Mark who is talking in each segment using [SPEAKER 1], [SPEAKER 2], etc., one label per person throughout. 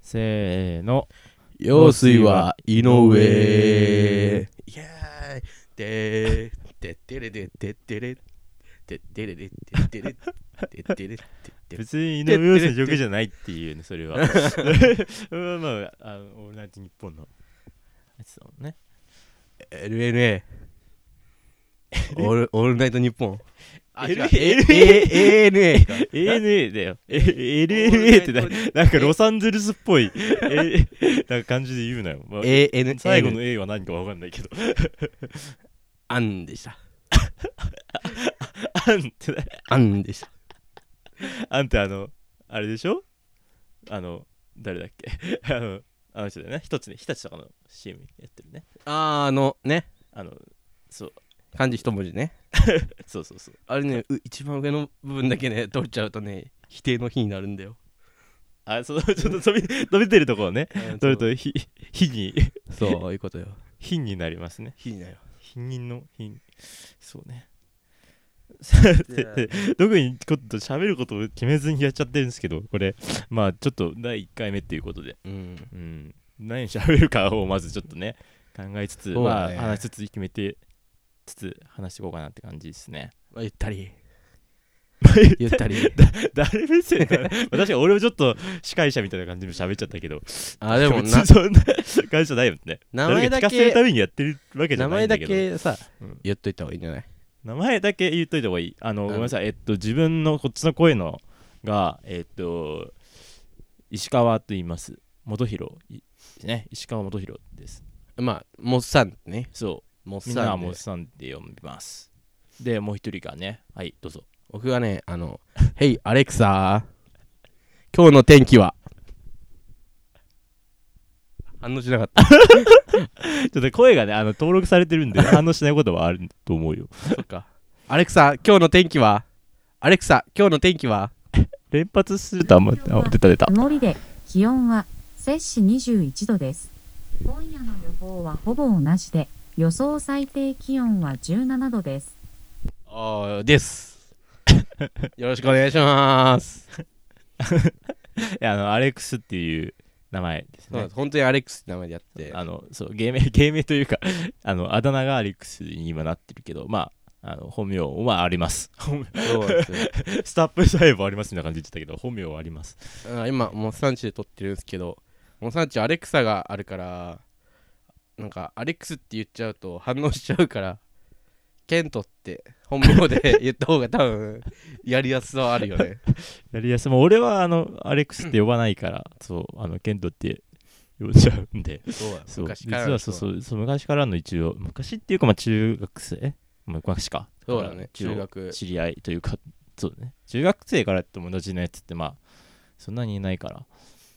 [SPEAKER 1] せーの。
[SPEAKER 2] 用水は井上イエーイでーでってれでってってれでってれでってってれでってれでってれ
[SPEAKER 1] 別に井上陽水の曲じゃないっていうね、そ れは。まあまあ、あのオールナイトニッポンのやつだもんね。
[SPEAKER 2] LNA オールオールナイトニッポンあ違う
[SPEAKER 1] LA
[SPEAKER 2] ANA か
[SPEAKER 1] ANA だよ。え
[SPEAKER 2] オールナイ
[SPEAKER 1] LLA って
[SPEAKER 2] トニ
[SPEAKER 1] な
[SPEAKER 2] ッポン
[SPEAKER 1] なんかロサンゼルスっぽい、えなんか感じで言うなよ。まあ
[SPEAKER 2] AN
[SPEAKER 1] 最後の A は何かわかんないけど。
[SPEAKER 2] アンでした
[SPEAKER 1] あんって、
[SPEAKER 2] アンでした
[SPEAKER 1] あんってあの、あれでしょあの、誰だっけ あの、あの人だよね。一つね、日立とかの CM やってるね。
[SPEAKER 2] あーあのね
[SPEAKER 1] あの、そう、
[SPEAKER 2] 漢字一文字ね
[SPEAKER 1] そうそうそう。
[SPEAKER 2] あれねう一番上の部分だけね取っちゃうとね否定の日になるんだよ
[SPEAKER 1] あ、その、ちょっと飛び、飛びてるところね。取ると、ひ、ひに、
[SPEAKER 2] そういうことよ
[SPEAKER 1] ひになりますね。
[SPEAKER 2] 日になよ
[SPEAKER 1] ひにの、ひ、そうね。
[SPEAKER 2] じゃあ
[SPEAKER 1] 特にこと喋ることを決めずにやっちゃってるんですけど、これ、まあちょっと第1回目っていうことで、
[SPEAKER 2] うん
[SPEAKER 1] うん、何喋るかをまずちょっとね、考えつつ、
[SPEAKER 2] そう
[SPEAKER 1] ま
[SPEAKER 2] だ
[SPEAKER 1] あ
[SPEAKER 2] ね
[SPEAKER 1] 話しつつ決めて、つつ話していこうかなって感じですね。
[SPEAKER 2] まあゆった りゆったり
[SPEAKER 1] 誰目線だまあ確かに俺もちょっと司会者みたいな感じで喋っちゃったけど、
[SPEAKER 2] あでも
[SPEAKER 1] 別
[SPEAKER 2] な
[SPEAKER 1] にそんな感じじゃないもんね。
[SPEAKER 2] 名前
[SPEAKER 1] 誰かに聞
[SPEAKER 2] だ
[SPEAKER 1] かせるた
[SPEAKER 2] け
[SPEAKER 1] めにやってるわけじゃ
[SPEAKER 2] 名
[SPEAKER 1] ない
[SPEAKER 2] 前
[SPEAKER 1] んだ
[SPEAKER 2] だ
[SPEAKER 1] けど。
[SPEAKER 2] けさ
[SPEAKER 1] うん
[SPEAKER 2] 言っといた方がいいんじゃない
[SPEAKER 1] 名前だけ言っといた方がいいあの、
[SPEAKER 2] うん
[SPEAKER 1] ごめんなさいえっと自分のこっちの声のがえっと石川と言います元弘いね石川元弘です
[SPEAKER 2] まあモッサンね
[SPEAKER 1] そ
[SPEAKER 2] モッ
[SPEAKER 1] うみんな
[SPEAKER 2] サ
[SPEAKER 1] は
[SPEAKER 2] ンで
[SPEAKER 1] もうさんで読みますでもう一人がねはいどうぞ
[SPEAKER 2] 僕はねあの「ヘイアレクサ今日の天気は?」反応しなかった
[SPEAKER 1] ちょっとね声がねあの登録されて るんで反応しないことはあると思うよ
[SPEAKER 2] そっかアレクサ今日の天気はアレクサ今日の天気は
[SPEAKER 1] 連発するとあんまあ出た出た
[SPEAKER 3] 曇りで気温は摂氏21度です今夜の予報はほぼ同じで予想最低気温は17度です
[SPEAKER 2] あーです よろしくお願いします、
[SPEAKER 1] いやあのアレックスっていう名前です
[SPEAKER 2] そう
[SPEAKER 1] ね
[SPEAKER 2] 本当にアレックスって名前でやって
[SPEAKER 1] あのそう芸名 芸名というかあのあだ名がアレックスに今なってるけどまああの本名はあります 本名
[SPEAKER 2] そうなんですよ
[SPEAKER 1] スタッフさえばありますみたいな感じで言ってたけど本名はあります
[SPEAKER 2] あ今モッサンチで撮ってるんですけどモッサンチアレクサがあるからなんかアレックスって言っちゃうと反応しちゃうからケントって本名で 言った方が多分やりやすさはあるよね
[SPEAKER 1] やりやすいもう俺はあのアレックスって呼ばない からそうあのケントって呼んじゃうんで
[SPEAKER 2] そうだ
[SPEAKER 1] そう
[SPEAKER 2] 昔
[SPEAKER 1] 実
[SPEAKER 2] から
[SPEAKER 1] はそうそううそう昔からの一応昔っていうかまあ中学生まあ昔か
[SPEAKER 2] そうだね
[SPEAKER 1] 一応
[SPEAKER 2] 中学
[SPEAKER 1] 知り合いというかそうね中学生から友達のやつってまあそんなにいないから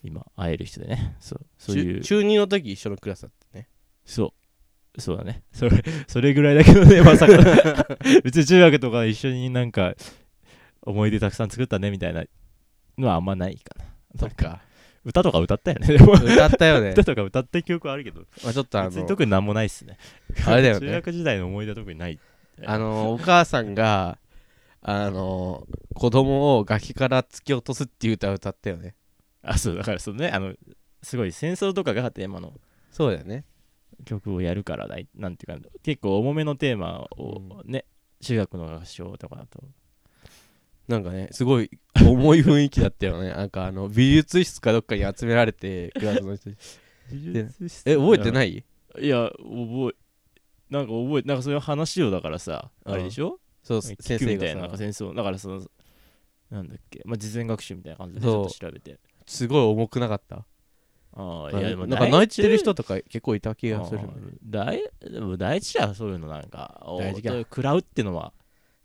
[SPEAKER 1] 今会える人でねそうそういう
[SPEAKER 2] 中中2の時一緒のクラスだったね
[SPEAKER 1] そう。そうだね。 それ、それぐらいだけど ね、まさか。別に中学とか一緒になんか、思い出たくさん作ったね、みたいなのはあんまないかな。
[SPEAKER 2] そっか
[SPEAKER 1] 歌とか歌ったよね。でも
[SPEAKER 2] 歌ったよね
[SPEAKER 1] 歌とか歌った記憶はあるけど、
[SPEAKER 2] まあちょっとあ
[SPEAKER 1] 別に
[SPEAKER 2] の
[SPEAKER 1] 特になんもないっすね。
[SPEAKER 2] あれだよ
[SPEAKER 1] 中
[SPEAKER 2] ね
[SPEAKER 1] 学時代の思い出は特にない。
[SPEAKER 2] あのお母さんがあの子供を崖から突き落とすっていう歌を歌ったよね
[SPEAKER 1] あ、そう、だからそのね、あの、すごい戦争とかがテーマの
[SPEAKER 2] そうだよね
[SPEAKER 1] 曲をやるからだい、なんていうか、結構重めのテーマをね、中学の合唱とかだと。
[SPEAKER 2] なんかね、すごい重い雰囲気だったよね。なんかあの、美術室かどっかに集められて、クラスの 人たちえ、覚えて
[SPEAKER 1] い
[SPEAKER 2] ない
[SPEAKER 1] いや覚えなんか覚えなんかそういう話をだからさ
[SPEAKER 2] うん
[SPEAKER 1] あれでしょ
[SPEAKER 2] そう、
[SPEAKER 1] 聞
[SPEAKER 2] 先
[SPEAKER 1] くみたい
[SPEAKER 2] 生
[SPEAKER 1] ななん
[SPEAKER 2] が
[SPEAKER 1] か
[SPEAKER 2] さ、
[SPEAKER 1] 戦争だからそのなんだっけまあ事前学習みたいな感じでち
[SPEAKER 2] そ
[SPEAKER 1] ょ
[SPEAKER 2] う
[SPEAKER 1] っと調べて
[SPEAKER 2] すごい重くなかった。
[SPEAKER 1] ああいやでも
[SPEAKER 2] なんか泣いてる人とか結構いた気がするんだよ
[SPEAKER 1] 大
[SPEAKER 2] ね。
[SPEAKER 1] でも大事だよそういうのなんかお
[SPEAKER 2] 大事か
[SPEAKER 1] そういう食らうってのは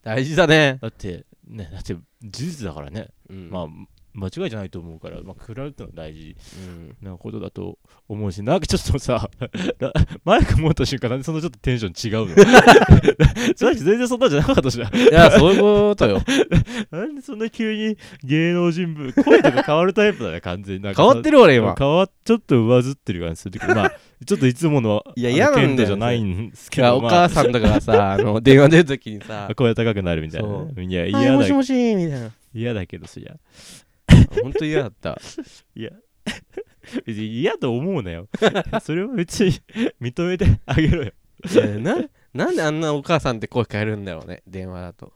[SPEAKER 2] 大事だね。
[SPEAKER 1] だってねだって事実だからね、
[SPEAKER 2] うん
[SPEAKER 1] まあ間違いじゃないと思うから、まあ、食らうってのは大事
[SPEAKER 2] うん
[SPEAKER 1] なことだと思うしなんかちょっとさ らマイク持った瞬間なんでそのちょっとテンション違うの さっき全然そんなんじゃなかったしない
[SPEAKER 2] や、そういうことよ。
[SPEAKER 1] なんでそんな急に芸能人ぶ声とか変わるタイプだね完全になんか
[SPEAKER 2] 変わってる俺今。
[SPEAKER 1] 変わっちょっと上ずってる感じするけどま あちょっといつもの
[SPEAKER 2] いや
[SPEAKER 1] あの
[SPEAKER 2] 嫌なんだよ
[SPEAKER 1] 剣道じゃないんです
[SPEAKER 2] い
[SPEAKER 1] け
[SPEAKER 2] や
[SPEAKER 1] ど
[SPEAKER 2] お母さんとか がさ、あの、電話出るときに
[SPEAKER 1] ま
[SPEAKER 2] さ
[SPEAKER 1] あ、声高くなるみたいなね、いや
[SPEAKER 2] はい、
[SPEAKER 1] 嫌
[SPEAKER 2] も
[SPEAKER 1] だ
[SPEAKER 2] しもし、みたいな。
[SPEAKER 1] 嫌だけどそりゃ
[SPEAKER 2] 本当嫌だった。
[SPEAKER 1] いや 別に嫌と思うなよ それは別に認めてあげろよ
[SPEAKER 2] いやななんであんなお母さんって声変えるんだろうね電話だと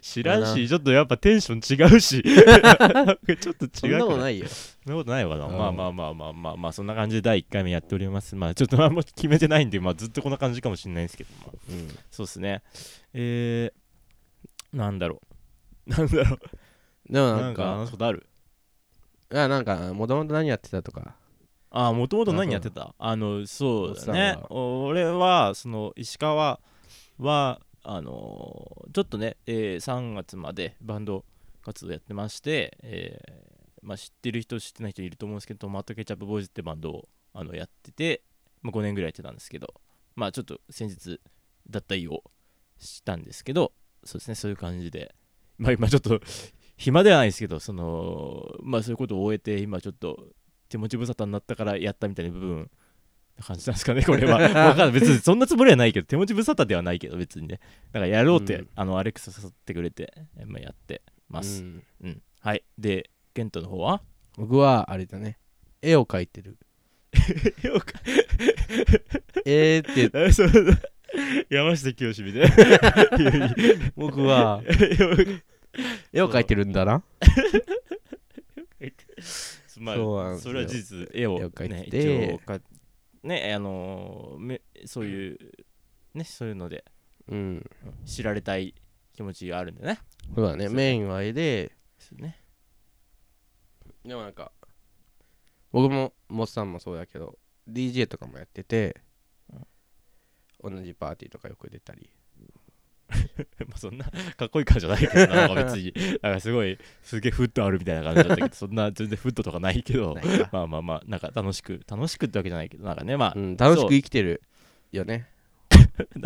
[SPEAKER 1] 知らん
[SPEAKER 2] だ
[SPEAKER 1] しちょっとやっぱテンション違う しちょっと違う
[SPEAKER 2] そんなこと
[SPEAKER 1] い
[SPEAKER 2] ないよ
[SPEAKER 1] そんなことないわな、
[SPEAKER 2] うん
[SPEAKER 1] まあまあまあまあまあまあそんな感じで第1回目やっておりますまあちょっと何も決めてないんで、まあ、ずっとこんな感じかもしれないんですけど、まあ、
[SPEAKER 2] うん
[SPEAKER 1] そうですねえー、なんだろうなんだろ
[SPEAKER 2] でも
[SPEAKER 1] う
[SPEAKER 2] な
[SPEAKER 1] なんん
[SPEAKER 2] か
[SPEAKER 1] か話すことある
[SPEAKER 2] あなんかもともと何やってたとか
[SPEAKER 1] ああもともと何やってたあのそうだ
[SPEAKER 2] おっさ
[SPEAKER 1] ね
[SPEAKER 2] んは
[SPEAKER 1] 俺はその石川はあのーちょっとね、えー3月までバンド活動やってまして、えーまあ、知ってる人知ってない人いると思うんですけどトマトケチャップボーイズってバンドをあのやってて、まあ、5年ぐらいやってたんですけどまあちょっと先日脱退をしたんですけどそうですねそういう感じでまあ今ちょっと暇ではないですけどそのまあそういうことを終えて今ちょっと手持ち無沙汰になったからやったみたいな部分な感じなんですかねこれ はわかんない別にそんなつもりはないけど手持ち無沙汰ではないけど別にねだからやろうって、
[SPEAKER 2] うん
[SPEAKER 1] あのアレックス誘ってくれて、まあ、やってます、
[SPEAKER 2] うん
[SPEAKER 1] うんはいでケントの方は
[SPEAKER 2] 僕はあれだね絵を描いてる
[SPEAKER 1] よ か
[SPEAKER 2] えーって
[SPEAKER 1] え そうだ山下清 みたいな
[SPEAKER 2] 僕は絵を描いてるんだな
[SPEAKER 1] まあ
[SPEAKER 2] そうなんですよ
[SPEAKER 1] それは事実絵を
[SPEAKER 2] 絵を描いて
[SPEAKER 1] ね
[SPEAKER 2] て
[SPEAKER 1] 一応かねあのーめそういうねそういうので
[SPEAKER 2] うん
[SPEAKER 1] うん知られたい気持ちがあるんでね
[SPEAKER 2] そうだね
[SPEAKER 1] そう
[SPEAKER 2] メインは絵で
[SPEAKER 1] そうね
[SPEAKER 2] でもなんか僕もモッさんもそうだけど DJ とかもやってて同じパーティーとかよく出たり
[SPEAKER 1] まあそんなかっこいい感じじゃないけどななんか別 になんかすごいすげえフットあるみたいな感じだったけどそんな全然フットとかないけど
[SPEAKER 2] ないか
[SPEAKER 1] まあまあまあなんか楽しく楽しくってわけじゃないけどなんかねまあ、
[SPEAKER 2] うん、楽しく生きてるよね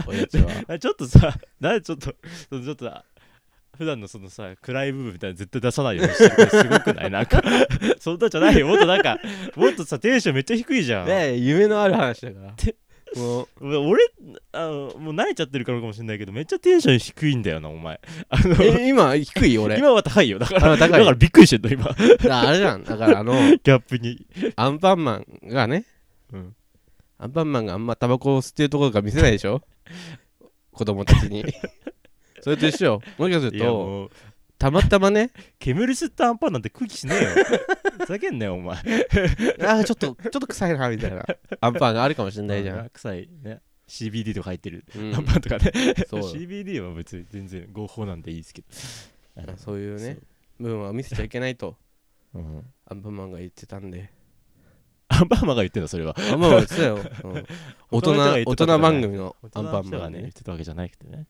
[SPEAKER 2] 俺たちは
[SPEAKER 1] あちょっとさ、なんでちょっと、そのちょっと、あ普段のそのさ、暗い部分みたいなの絶対出さないようにしてるすごくないなんか、そんなんじゃないよ。もっとなんか、もっとさ、テンションめっちゃ低いじゃん。
[SPEAKER 2] ねえ夢のある話だから
[SPEAKER 1] て
[SPEAKER 2] もう
[SPEAKER 1] 俺、俺あの、もう慣れちゃってるからかもしれないけど、めっちゃテンション低いんだよな、お前。あの、
[SPEAKER 2] え今低 い俺
[SPEAKER 1] 今は高いよ。だか
[SPEAKER 2] あ
[SPEAKER 1] ら、
[SPEAKER 2] 高
[SPEAKER 1] だ
[SPEAKER 2] い
[SPEAKER 1] からびっくりしてんの、今。
[SPEAKER 2] ああれじゃんだからあ の
[SPEAKER 1] ギャップに。
[SPEAKER 2] アンパンマンがね
[SPEAKER 1] うん
[SPEAKER 2] アンパンマンがあんまタバコを吸ってるところが見せないでしょ子供たち にそれと一緒よもしかす
[SPEAKER 1] い
[SPEAKER 2] る
[SPEAKER 1] や、
[SPEAKER 2] と
[SPEAKER 1] もう、
[SPEAKER 2] たまたまね
[SPEAKER 1] 煙吸ったアンパンなんて空気しねえよ。ふ ざけんなよ、お前。
[SPEAKER 2] ああちょっとちょっと臭いなみたいなアンパンがあるかもしれないじゃん、
[SPEAKER 1] 臭いね。CBD とか入ってる。
[SPEAKER 2] うん
[SPEAKER 1] アンパンとかね。
[SPEAKER 2] そう
[SPEAKER 1] CBD は別に全然合法なんでいいですけど
[SPEAKER 2] そういうね部分は見せちゃいけないと
[SPEAKER 1] そううん
[SPEAKER 2] アンパンマンが言ってたんで
[SPEAKER 1] アンパンマンが言ってんのそれは
[SPEAKER 2] アンパンマンは言ってたよ、うん 大人大人番組のアンパ
[SPEAKER 1] 大人の
[SPEAKER 2] ン
[SPEAKER 1] 人
[SPEAKER 2] マ
[SPEAKER 1] が
[SPEAKER 2] ン
[SPEAKER 1] ね言
[SPEAKER 2] ね
[SPEAKER 1] ってたわけじゃなくてね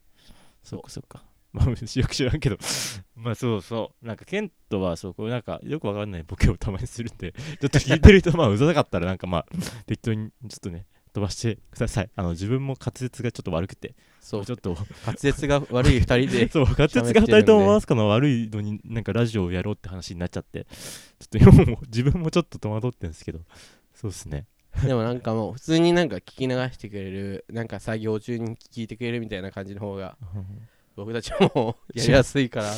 [SPEAKER 1] そうかそうか まあよく知らんけど まあそうそうなんかケントはそうこうなんかよくわかんないボケをたまにするん でちょっと聞いてる人まあうざかったらなんかまあ適当にちょっとね飛ばしてくださいあの自分も滑舌がちょっと悪くてち
[SPEAKER 2] そ
[SPEAKER 1] ょ
[SPEAKER 2] う
[SPEAKER 1] っと
[SPEAKER 2] 滑舌が悪い二人で
[SPEAKER 1] そう滑舌が2人とも回すかの悪いのになんかラジオをやろうって話になっちゃってちょっと今も自分もちょっと戸惑ってるんですけどそうですね
[SPEAKER 2] でもなんかもう普通になんか聞き流してくれるなんか作業中に聞いてくれるみたいな感じの方が僕たちもやりやすいから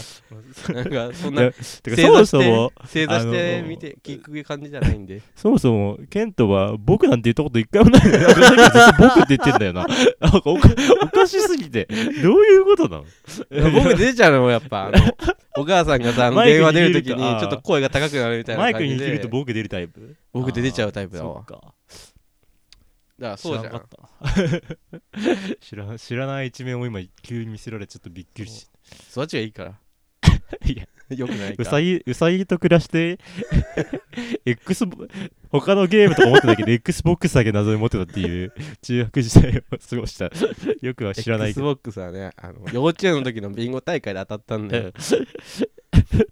[SPEAKER 2] なんかそん
[SPEAKER 1] い
[SPEAKER 2] な
[SPEAKER 1] やてか
[SPEAKER 2] 正
[SPEAKER 1] そもそ
[SPEAKER 2] 座し
[SPEAKER 1] も
[SPEAKER 2] て正座し
[SPEAKER 1] あ
[SPEAKER 2] て
[SPEAKER 1] の
[SPEAKER 2] 見て聞く感じじゃないんで
[SPEAKER 1] そもそもケントは僕なんて言ったこと一回もないのになんかさっきずっと僕って言ってんだよな なんかおかおかしすぎてどういうことなの
[SPEAKER 2] 僕出ちゃうのもやっぱあのお母さんがさあの
[SPEAKER 1] マイク
[SPEAKER 2] 電
[SPEAKER 1] に
[SPEAKER 2] 話出るときに
[SPEAKER 1] 入れると
[SPEAKER 2] ちょっと声が高くなるみたい
[SPEAKER 1] マ
[SPEAKER 2] な
[SPEAKER 1] イク
[SPEAKER 2] 感
[SPEAKER 1] に
[SPEAKER 2] じ
[SPEAKER 1] 引ける
[SPEAKER 2] で
[SPEAKER 1] と僕出るタイプ
[SPEAKER 2] 僕出てちゃうタイプだ
[SPEAKER 1] そ
[SPEAKER 2] わ
[SPEAKER 1] っ
[SPEAKER 2] だか
[SPEAKER 1] から
[SPEAKER 2] そうじゃ
[SPEAKER 1] 知らんかっ
[SPEAKER 2] ん
[SPEAKER 1] た 知ら知らない一面を今急に見せられちょっとびっくりし
[SPEAKER 2] 育ちがいいから
[SPEAKER 1] いや
[SPEAKER 2] よくないうか
[SPEAKER 1] さぎ、うさぎと暮らして、X、他のゲームとか持ってないけど、Xbox だけ謎に持ってたっていう、中学時代を過ごした。よくは知らないけど。
[SPEAKER 2] XBOX はねあの幼稚園の時のビンゴ大会で当たったんだよ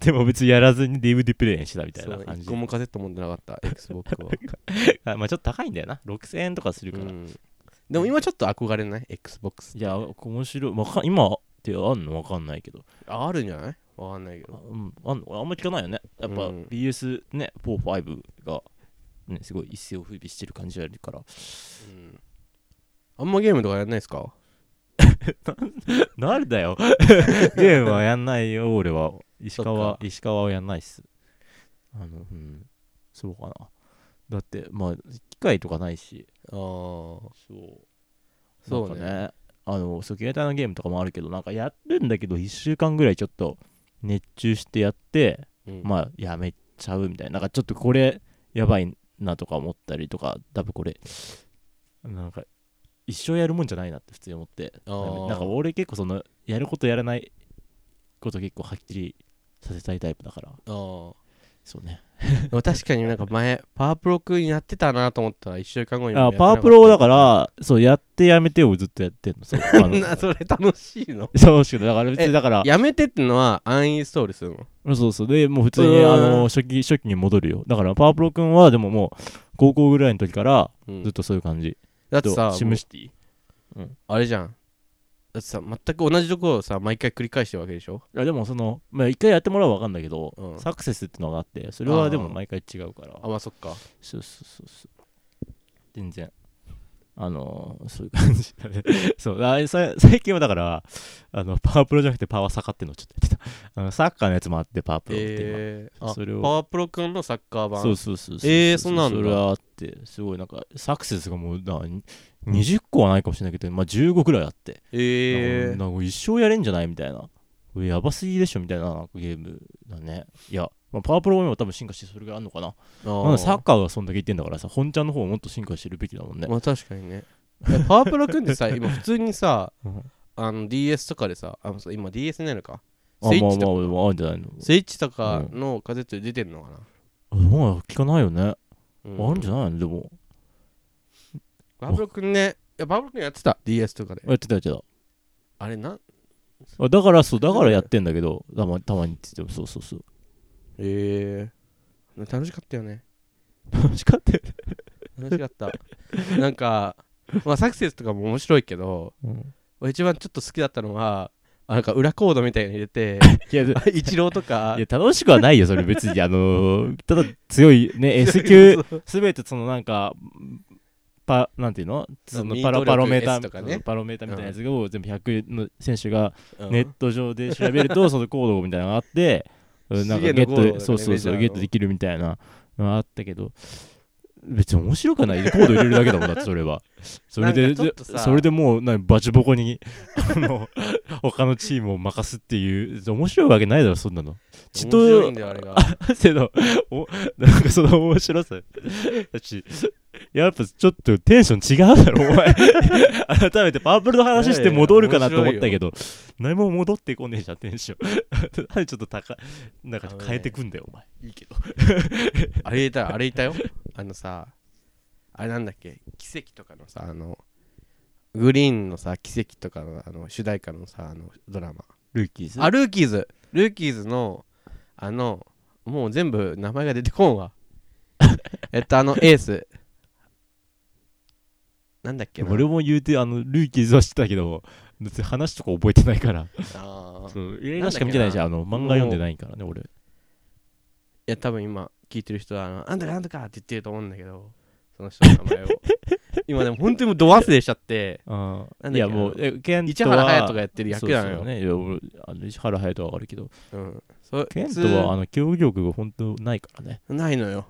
[SPEAKER 1] でも別にやらずに DVD プレイしてたみたい
[SPEAKER 2] そ
[SPEAKER 1] な
[SPEAKER 2] う
[SPEAKER 1] 感
[SPEAKER 2] 一
[SPEAKER 1] じ
[SPEAKER 2] 個。もカセット持ってなかった XBOX は
[SPEAKER 1] あまあちょっと高いんだよな。6000円とかするから。
[SPEAKER 2] う
[SPEAKER 1] い
[SPEAKER 2] んでも今ちょっと憧れない ?XBOX
[SPEAKER 1] や、面白い。わかん今ってあんのわかんないけど。
[SPEAKER 2] ああるんじゃないわかんないけ
[SPEAKER 1] あ
[SPEAKER 2] ど
[SPEAKER 1] うん、あんのあんま聞かないよね。やっぱ
[SPEAKER 2] うん
[SPEAKER 1] BS ね、4、5が、ね、すごい一世を風靡してる感じがあるから。
[SPEAKER 2] うんあんまゲームとかやんないですか
[SPEAKER 1] なんだ よ。ゲームはやんないよ、俺は。石
[SPEAKER 2] そっ
[SPEAKER 1] 川、石川はやんないっす。あの、うん、そうかな。だって、まあ、機会とかないし、
[SPEAKER 2] あー
[SPEAKER 1] そう。
[SPEAKER 2] そう
[SPEAKER 1] なん
[SPEAKER 2] ね
[SPEAKER 1] かね。あの、そう、携帯のゲームとかもあるけど、なんかやるんだけど、1週間ぐらいちょっと熱中してやって、
[SPEAKER 2] うん
[SPEAKER 1] まあ、やめちゃうみたいな。なんかちょっとこれ、やばいなとか思ったりとか、多分これ、なんか、一生やるもんじゃないなって普通に思って。
[SPEAKER 2] あー
[SPEAKER 1] なんか俺結構その、やることやらないこと結構はっきりさせたいタイプだから、
[SPEAKER 2] あー
[SPEAKER 1] そうね。
[SPEAKER 2] でも確かになんか前パワープロクやってたなと思ったら1週間後にもや
[SPEAKER 1] あ
[SPEAKER 2] ってな
[SPEAKER 1] パ
[SPEAKER 2] か
[SPEAKER 1] ワ
[SPEAKER 2] った
[SPEAKER 1] ープロをだから、そう、やってやめてをずっとやってんの。そう、あ の
[SPEAKER 2] なそれ楽しいの
[SPEAKER 1] そうしかないだから別にだから、
[SPEAKER 2] やめてってのはアンインストールするの
[SPEAKER 1] そうそう。で、もう普通
[SPEAKER 2] う
[SPEAKER 1] に、
[SPEAKER 2] ん
[SPEAKER 1] あの、初期、初期に戻るよ。だから、パワープロ君は、でももう、高校ぐらいの時から、
[SPEAKER 2] うん
[SPEAKER 1] ずっとそういう感じ。
[SPEAKER 2] だっ
[SPEAKER 1] と
[SPEAKER 2] てさ
[SPEAKER 1] シムシティ。
[SPEAKER 2] あれじゃんだってさ全く同じところをさ毎回繰り返してるわけでしょ
[SPEAKER 1] いや、でもその、まあ、一回やってもらうは分かんだけど、
[SPEAKER 2] うん
[SPEAKER 1] サクセスってのがあって、それはでも
[SPEAKER 2] あー
[SPEAKER 1] 毎回違うから
[SPEAKER 2] あ。まあそっか
[SPEAKER 1] そうそうそうそう。全然。あのー、そういう感じだね。 そうあさ最近はだから、あのパワープロじゃなくてパワーサカっていうのをちょっとやってた。あのサッカーのやつもあって、パワープロって今。
[SPEAKER 2] えー、あ
[SPEAKER 1] それを
[SPEAKER 2] パワープロ君のサッカー版
[SPEAKER 1] そうそうそうそう。
[SPEAKER 2] えーそんなんだ
[SPEAKER 1] それはあって、すごいなんか、サクセスがもうな、20個はないかもしれないけど、まあ15くらいあって。
[SPEAKER 2] え
[SPEAKER 1] な
[SPEAKER 2] ー、
[SPEAKER 1] んかもう一生やれんじゃないみたいな。これやばすぎでしょみたいななんかゲームだね。いや、まあ、パワープロも多分進化してそれぐらいあるのかな。ま
[SPEAKER 2] ま
[SPEAKER 1] だサッカーがそんだけ言ってんだからさ、本ちゃんの方ももっと進化してるべきだもんね。
[SPEAKER 2] まあ確かにねえパワープロ君って さ今普通にさ
[SPEAKER 1] うん
[SPEAKER 2] あの DS とかでさあそう今 DS ないのか
[SPEAKER 1] あ、
[SPEAKER 2] スイッ
[SPEAKER 1] まあ
[SPEAKER 2] チ
[SPEAKER 1] まあ
[SPEAKER 2] と
[SPEAKER 1] まあまあ、あるんじゃないの
[SPEAKER 2] スイッチとかのカセットで出てんのかな、
[SPEAKER 1] あまあ、聞かないよね。
[SPEAKER 2] うん
[SPEAKER 1] あるんじゃないのでも。
[SPEAKER 2] パワープロ君ねいやパワープロ君やってた DS とかで
[SPEAKER 1] やってたやってた。
[SPEAKER 2] あれなん
[SPEAKER 1] あだから、そう、だからやってんだけど、たまたまにって言っても、そうそうそう。
[SPEAKER 2] ええ楽しかったよね
[SPEAKER 1] 楽しかったよね。
[SPEAKER 2] 楽しかった なんかまあサクセスとかも面白いけど俺一番ちょっと好きだったのはあなんか裏コードみたいに入れて
[SPEAKER 1] いや、で
[SPEAKER 2] イチローとか
[SPEAKER 1] いや楽しくはないよ、それ別に。あの ーただ強いね、S 級、すべてそのなんか、パなんていうのその
[SPEAKER 2] ミー
[SPEAKER 1] パ
[SPEAKER 2] ト
[SPEAKER 1] ラ
[SPEAKER 2] 力
[SPEAKER 1] パロメータ
[SPEAKER 2] S とかね
[SPEAKER 1] ー、パロメーターみたいなやつを全部100の選手が
[SPEAKER 2] うん
[SPEAKER 1] ネット上で調べると、そのコードみたいなのがあ って、うんなんかゲ
[SPEAKER 2] 資源の
[SPEAKER 1] ッ
[SPEAKER 2] コードだから
[SPEAKER 1] ト、
[SPEAKER 2] ね
[SPEAKER 1] そうそう
[SPEAKER 2] メジ
[SPEAKER 1] そ
[SPEAKER 2] ャ
[SPEAKER 1] う、
[SPEAKER 2] ーの
[SPEAKER 1] ゲットできるみたいなのがあったけど、別に面白くはない。コード入れるだけだもんだって、それ は。それ
[SPEAKER 2] な
[SPEAKER 1] で、
[SPEAKER 2] んかちょっとさ
[SPEAKER 1] それでもう、なバチボコに、 あの、他のチームを任すっていう、面白いわけないだろ、そんなの。ちょっ
[SPEAKER 2] 面
[SPEAKER 1] と
[SPEAKER 2] 白いんだよあれが
[SPEAKER 1] けど、おなんかその面白さだし、やっぱちょっとテンション違うだろ、お前。改めてパープルの話して戻るかなと思ったけど、何も戻ってこねえじゃん、テンション。なんでちょっと高い、なんか変えてくんだよ、お前。いいけど。
[SPEAKER 2] あれいたよあれいたよあのさあれなんだっけ奇跡とかのさあのグリーンのさ奇跡とかのあの主題歌のさあのドラマ
[SPEAKER 1] ルーキーズ
[SPEAKER 2] あルーキーズルーキーズのあのもう全部名前が出てこ んわえっとあのエースなんだっけな
[SPEAKER 1] 俺も言うて、あの、ルーキーズは知ってたけど、別に話とか覚えてないから、
[SPEAKER 2] あーい
[SPEAKER 1] そう映画しか見てないじゃん、あの、漫画読んでないからね、俺。
[SPEAKER 2] や多分今聞いてる人はあの「あんたかなんとか」って言ってると思うんだけどその人の名前 を今でも本当にもうド忘れしちゃって
[SPEAKER 1] あ
[SPEAKER 2] な
[SPEAKER 1] い
[SPEAKER 2] んだっけ
[SPEAKER 1] や、もう、えケン
[SPEAKER 2] 市
[SPEAKER 1] ト
[SPEAKER 2] 原隼
[SPEAKER 1] は
[SPEAKER 2] 人がやってる役なのよ
[SPEAKER 1] そうそうね、いや俺あの石原隼人はわかるけど、
[SPEAKER 2] うん、そ
[SPEAKER 1] ケント
[SPEAKER 2] 普通
[SPEAKER 1] はあの記憶力が本当ないからね。
[SPEAKER 2] ないのよ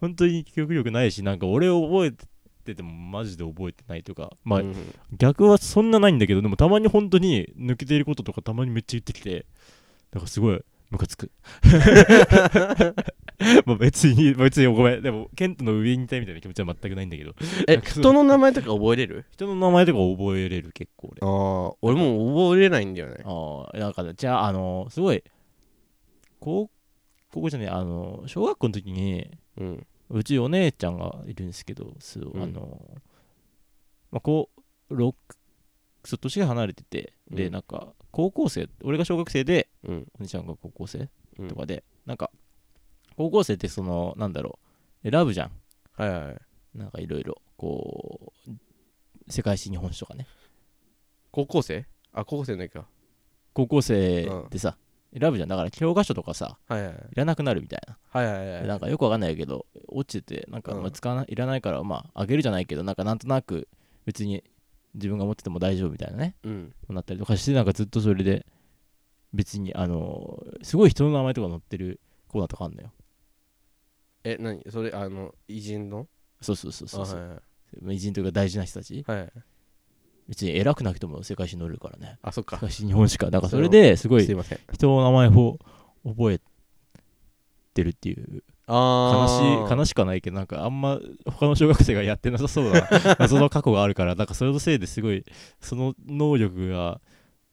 [SPEAKER 1] 本当に記憶力ないし、なんか俺を覚えててもマジで覚えてないとか、まあ、
[SPEAKER 2] うん
[SPEAKER 1] 逆はそんなないんだけど、でもたまに本当に抜けていることとかたまにめっちゃ言ってきて、だからすごいムカつ く。まあ別に、別にごめん。でも、ケントの上にいたいみたいな気持ちは全くないんだけど、
[SPEAKER 2] え人の名前とか覚えれる
[SPEAKER 1] 人の名前とか覚えれる結構俺。
[SPEAKER 2] ああ俺もう覚えれないんだよね
[SPEAKER 1] ああ、なんかね、じゃあ、あのすごい、高高校じゃねえ、あの小学校の時に、
[SPEAKER 2] うん
[SPEAKER 1] うちお姉ちゃんがいるんですけど、そう
[SPEAKER 2] うん
[SPEAKER 1] あのまあ、こう、6、そう、年が離れてて、で、
[SPEAKER 2] うん
[SPEAKER 1] なんか、高校生、俺が小学生で、
[SPEAKER 2] うん
[SPEAKER 1] お姉ちゃんが高校生
[SPEAKER 2] うん
[SPEAKER 1] とかで、なんか、高校生ってその、なんだろう、選ぶじゃん。
[SPEAKER 2] はいはいはい
[SPEAKER 1] なんかいろいろ、こう、世界史日本史とかね。
[SPEAKER 2] 高校生あ高校生の時か
[SPEAKER 1] 高校生ってさ、選ぶじゃん。だから教科書とかさ、
[SPEAKER 2] はいはい
[SPEAKER 1] いらなくなるみたいな。
[SPEAKER 2] はいはいはい
[SPEAKER 1] なんかよくわかんないけど落ちててなんか
[SPEAKER 2] うん
[SPEAKER 1] まあ使わない,、いらないからまああげるじゃないけどなんかなんとなく別に自分が持ってても大丈夫みたいなね
[SPEAKER 2] うん
[SPEAKER 1] なったりとかしてなんかずっとそれで別にあのすごい人の名前とか載ってるコーナーとかあんのよ
[SPEAKER 2] え何それあの偉人の
[SPEAKER 1] そうそうそうそうそう、
[SPEAKER 2] あは
[SPEAKER 1] 偉人というか大事な人たち
[SPEAKER 2] いはいはい
[SPEAKER 1] 別に偉くなくても世界史に載れるからね
[SPEAKER 2] あそっか
[SPEAKER 1] 世界史日本史かだからそ
[SPEAKER 2] そ
[SPEAKER 1] れ
[SPEAKER 2] れを
[SPEAKER 1] ですごい
[SPEAKER 2] すいません
[SPEAKER 1] 人の名前を覚えてるっていう悲し
[SPEAKER 2] あ
[SPEAKER 1] い悲
[SPEAKER 2] しい
[SPEAKER 1] しくはないけどなんかあんま他の小学生がやってなさそう な謎の過去があるからなんかそれのせいですごいその能力が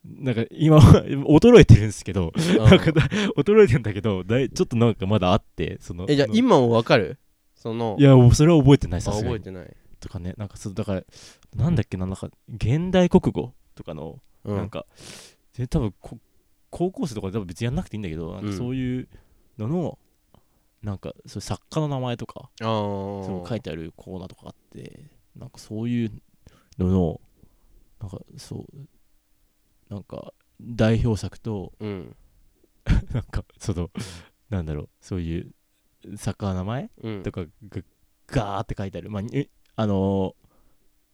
[SPEAKER 1] なんか今は衰えてるんですけ どなんかだ衰えてんだけどだいちょっとなんかまだあってその
[SPEAKER 2] えじゃあ
[SPEAKER 1] の
[SPEAKER 2] 今もわかるその
[SPEAKER 1] いやもうそれは覚えてない
[SPEAKER 2] あ
[SPEAKER 1] さすが
[SPEAKER 2] 覚え
[SPEAKER 1] に
[SPEAKER 2] てない
[SPEAKER 1] とかねなんかそうだからなんだっけななんか現代国語とかの
[SPEAKER 2] うん
[SPEAKER 1] なんか、で多分こ高校生とかで多分別にやんなくていいんだけどなんか
[SPEAKER 2] うん
[SPEAKER 1] そういうのの、なんかそういう作家の名前とか
[SPEAKER 2] あー
[SPEAKER 1] そう書いてあるコーナーとかあってなんかそういうののなんかそうなんか代表作と
[SPEAKER 2] うん
[SPEAKER 1] なんかそのなんだろうそういう作家の名前
[SPEAKER 2] うん
[SPEAKER 1] とかがガーって書いてある、まあ、にあのー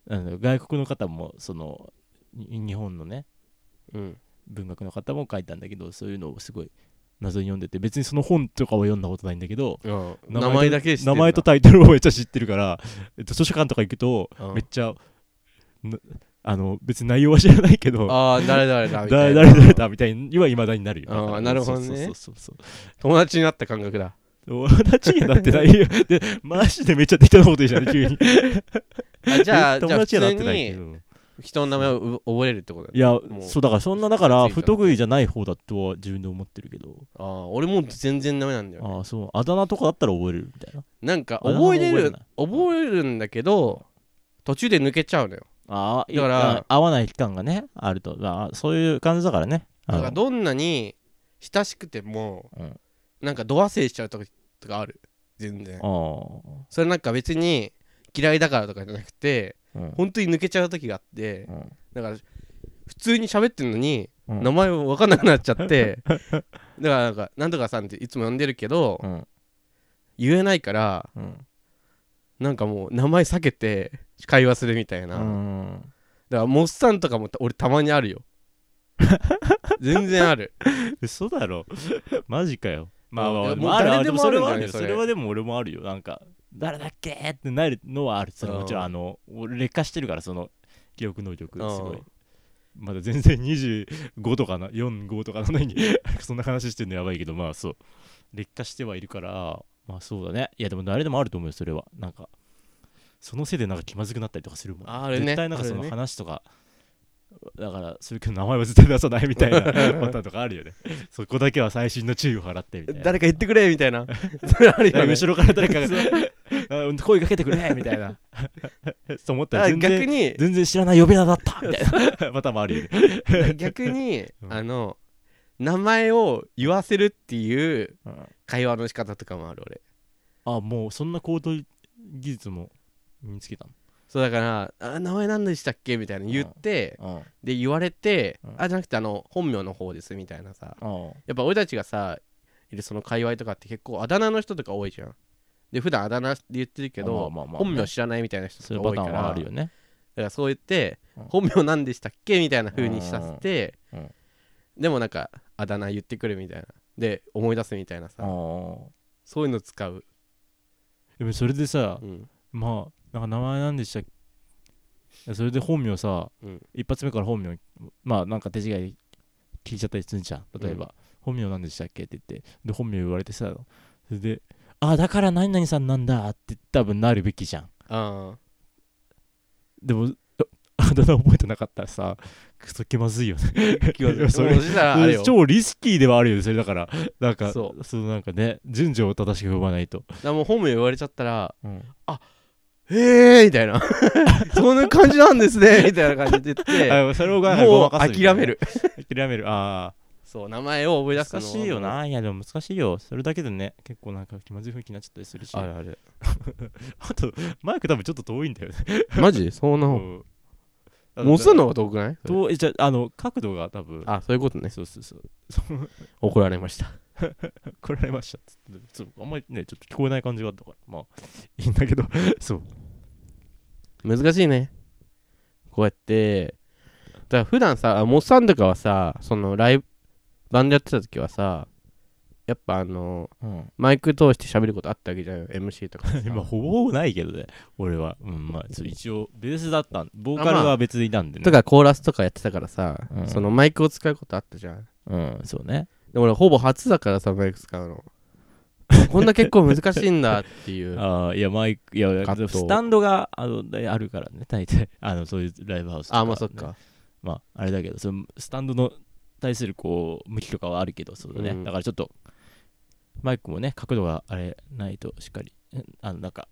[SPEAKER 1] なんだろう外国の方もそのに日本のね
[SPEAKER 2] うん
[SPEAKER 1] 文学の方も書いたんだけどそういうのをすごい謎に読んでて別にその本とかは読んだことないんだけど
[SPEAKER 2] うん
[SPEAKER 1] 名
[SPEAKER 2] 名
[SPEAKER 1] 前
[SPEAKER 2] 前だけ知ってんだ
[SPEAKER 1] 名前とタイトルをめっちゃ知ってるから、えっと、図書館とか行くと
[SPEAKER 2] うん
[SPEAKER 1] めっちゃ、なあの別に内容は知らないけど
[SPEAKER 2] ああ誰誰だみた
[SPEAKER 1] 誰
[SPEAKER 2] いな
[SPEAKER 1] 誰々だみたいにはいまだになるよ
[SPEAKER 2] あー
[SPEAKER 1] だから
[SPEAKER 2] なるほどね
[SPEAKER 1] そうそうそうそう
[SPEAKER 2] 友達になった感覚だ
[SPEAKER 1] 友達にはなってない よでマジでめっちゃ適当なこと言うじゃん急に
[SPEAKER 2] あじゃあ
[SPEAKER 1] 友達にはなってない
[SPEAKER 2] じ
[SPEAKER 1] け
[SPEAKER 2] ゃあ普
[SPEAKER 1] ど
[SPEAKER 2] 通に人の名前をう覚えれるってことだ
[SPEAKER 1] い
[SPEAKER 2] ね
[SPEAKER 1] や
[SPEAKER 2] う
[SPEAKER 1] そうだからそんなだから
[SPEAKER 2] ついた
[SPEAKER 1] 不得意じゃない方だとは自分で思ってるけど
[SPEAKER 2] ああ俺もう全然ダメなんだよね
[SPEAKER 1] ああそうあだ名とかだったら覚えるみたいな
[SPEAKER 2] なんか
[SPEAKER 1] あ名前
[SPEAKER 2] 覚えれる
[SPEAKER 1] 覚
[SPEAKER 2] 覚えるんだけど途中で抜けちゃうのよ
[SPEAKER 1] ああ、
[SPEAKER 2] だから
[SPEAKER 1] いあ合わない期間がね、あると。ああそういう感じだからね。あ
[SPEAKER 2] だ
[SPEAKER 1] の
[SPEAKER 2] からどんなに親しくても
[SPEAKER 1] うん
[SPEAKER 2] なんか度忘れしちゃうとかとかある全然
[SPEAKER 1] あ
[SPEAKER 2] それなんか別に嫌いだからとかじゃなくて
[SPEAKER 1] あうん
[SPEAKER 2] 本当に抜けちゃう時があって
[SPEAKER 1] うん
[SPEAKER 2] だから普通に喋ってんのに
[SPEAKER 1] うん
[SPEAKER 2] 名前分かんなくなっちゃって だからなんかなんとかさんっていつも呼んでるけど
[SPEAKER 1] うん
[SPEAKER 2] 言えないから
[SPEAKER 1] うん
[SPEAKER 2] なんかもう名前避けて会話するみたいな、
[SPEAKER 1] うん
[SPEAKER 2] だからモッサンとかもた俺たまに あるよ全然ある
[SPEAKER 1] 嘘だろ。 マジかよ。まあ
[SPEAKER 2] う
[SPEAKER 1] まあ
[SPEAKER 2] んいや
[SPEAKER 1] ま
[SPEAKER 2] もう
[SPEAKER 1] あ、あるある
[SPEAKER 2] 誰で
[SPEAKER 1] で
[SPEAKER 2] も
[SPEAKER 1] もそれ
[SPEAKER 2] あ
[SPEAKER 1] は
[SPEAKER 2] る
[SPEAKER 1] あ
[SPEAKER 2] んだ
[SPEAKER 1] る
[SPEAKER 2] よ
[SPEAKER 1] よ。
[SPEAKER 2] そ
[SPEAKER 1] そ
[SPEAKER 2] れ
[SPEAKER 1] れはでも俺もあるよ。なんか、誰だっけってなるのはある。それはもちろん、
[SPEAKER 2] うん
[SPEAKER 1] あの、俺劣化してるから、その記憶能力、すご
[SPEAKER 2] う
[SPEAKER 1] い
[SPEAKER 2] ん。
[SPEAKER 1] まだ全然25とかな、4、5とかなのに、そんな話してるのやばいけど、まあそう。劣化してはいるから、まあそうだね。いやでも誰でもあると思うよ、それは。なんか、そのせいでなんか気まずくなったりとかするもん。
[SPEAKER 2] あるね
[SPEAKER 1] 絶対なんかそ
[SPEAKER 2] あ
[SPEAKER 1] の
[SPEAKER 2] るね
[SPEAKER 1] 話とか、だから、それけど名前は絶対出さないみ たいなパターンとかあるよね。そこだけは細心の注意を払ってみたいな。
[SPEAKER 2] 誰か言ってくれみた いなそれある
[SPEAKER 1] だから
[SPEAKER 2] よね
[SPEAKER 1] 後ろから誰かがあ声かけてくれみたいな。 と思ったら
[SPEAKER 2] あ
[SPEAKER 1] 全
[SPEAKER 2] 逆
[SPEAKER 1] 然
[SPEAKER 2] に
[SPEAKER 1] 全然知らない呼び名だ ったみたいなパターンもあるよね。
[SPEAKER 2] 逆に
[SPEAKER 1] うん
[SPEAKER 2] あの名前を言わせるっていう
[SPEAKER 1] うん
[SPEAKER 2] 会話の仕方とかもある俺
[SPEAKER 1] あもうそんな行動技術も身につけた
[SPEAKER 2] そうだから「あ名前何でしたっけ?」みたいな言って
[SPEAKER 1] の。
[SPEAKER 2] で言われて
[SPEAKER 1] う
[SPEAKER 2] 「
[SPEAKER 1] ん
[SPEAKER 2] あじゃなくてあの本名の方です」みたいなさ
[SPEAKER 1] あ
[SPEAKER 2] やっぱ俺たちがさいるその界隈とかって結構あだ名の人とか多いじゃんで普段あだ名って言ってるけ
[SPEAKER 1] まあまあ
[SPEAKER 2] ど
[SPEAKER 1] まあまあね
[SPEAKER 2] 本名知らないみたいな人
[SPEAKER 1] そうい
[SPEAKER 2] と
[SPEAKER 1] うパ
[SPEAKER 2] か多い
[SPEAKER 1] タ
[SPEAKER 2] か
[SPEAKER 1] ーン
[SPEAKER 2] ら
[SPEAKER 1] はあるよね。
[SPEAKER 2] だからそう言って、
[SPEAKER 1] うん
[SPEAKER 2] 本名なんでしたっけみたいな風にさせて、
[SPEAKER 1] うんうん
[SPEAKER 2] でもなんかあだ名言ってくるみたいなで思い出すみたいなさ、
[SPEAKER 1] あ
[SPEAKER 2] そういうの使う、
[SPEAKER 1] でもそれでさ
[SPEAKER 2] う、ん
[SPEAKER 1] まあ、なんか名前なんでしたっけそれで本名さ、
[SPEAKER 2] うん
[SPEAKER 1] 一発目から本名、まあなんか手違い聞いちゃったりするじゃん。例えば、本名なんでしたっけって言って、で、本名言われてさ、それで、あ、だから何々さんなんだって多分なるべきじゃん。
[SPEAKER 2] あ
[SPEAKER 1] でも、 ああだ名覚えてなかったらさ、くそ気まずいよね。
[SPEAKER 2] あ気をつけ
[SPEAKER 1] それ
[SPEAKER 2] もうそしたらあれよだ か
[SPEAKER 1] 超リスキーではあるよね、それだから。 なんか、
[SPEAKER 2] そ
[SPEAKER 1] そうなんかね、順序を正しく踏まないと。
[SPEAKER 2] らもう本名言われちゃったら
[SPEAKER 1] うん
[SPEAKER 2] 「 えー」みたいな「 そんな感じなんです ね」みたいな感じで言って
[SPEAKER 1] あそれをなんかご
[SPEAKER 2] もう
[SPEAKER 1] まかすみたいな
[SPEAKER 2] 諦める
[SPEAKER 1] 諦めるあ
[SPEAKER 2] そう名前を思い出
[SPEAKER 1] あ
[SPEAKER 2] すの
[SPEAKER 1] 難しいよないやでも難しいよそれだけでね結構なんか気まずい雰囲気になっちゃったりするし
[SPEAKER 2] あ
[SPEAKER 1] あ
[SPEAKER 2] れあ れ
[SPEAKER 1] とマイク多分ちょっと遠いんだよね
[SPEAKER 2] マジそうな
[SPEAKER 1] う
[SPEAKER 2] の
[SPEAKER 1] ん
[SPEAKER 2] モスの方が遠くない
[SPEAKER 1] 遠いじゃああの角度が多分
[SPEAKER 2] あそういうことね
[SPEAKER 1] そうそうそう
[SPEAKER 2] 怒られました
[SPEAKER 1] 来られましたっつってそうあんまりねちょっと聞こえない感じがあったからまあ いいんだけどそう
[SPEAKER 2] 難しいねこうやってだから普段さモッサンとかはさそのライブバンドやってた時はさやっぱあの
[SPEAKER 1] うん、
[SPEAKER 2] マイク通して喋ることあったわけじゃん MC とかさ
[SPEAKER 1] 今ほぼほぼないけどね俺は、うんまあ、そう一応ベースだったんボーカルは別にいたんでね、
[SPEAKER 2] とかコーラスとかやってたからさ、
[SPEAKER 1] うん
[SPEAKER 2] そのマイクを使うことあったじゃん
[SPEAKER 1] うんそうね
[SPEAKER 2] で俺ほぼ初だからさマイク使 うのこんな結構難しいんだっていう
[SPEAKER 1] あーいやマイクいやいや
[SPEAKER 2] カット
[SPEAKER 1] スタンドがあのあるからね大体あのそういうライブハウスとか、ね、
[SPEAKER 2] あまあそっか
[SPEAKER 1] まああれだけどそのスタンドの対するこう向きとかはあるけどそうだね、
[SPEAKER 2] うん
[SPEAKER 1] だからちょっとマイクもね角度があれないとしっかりうんあのなんか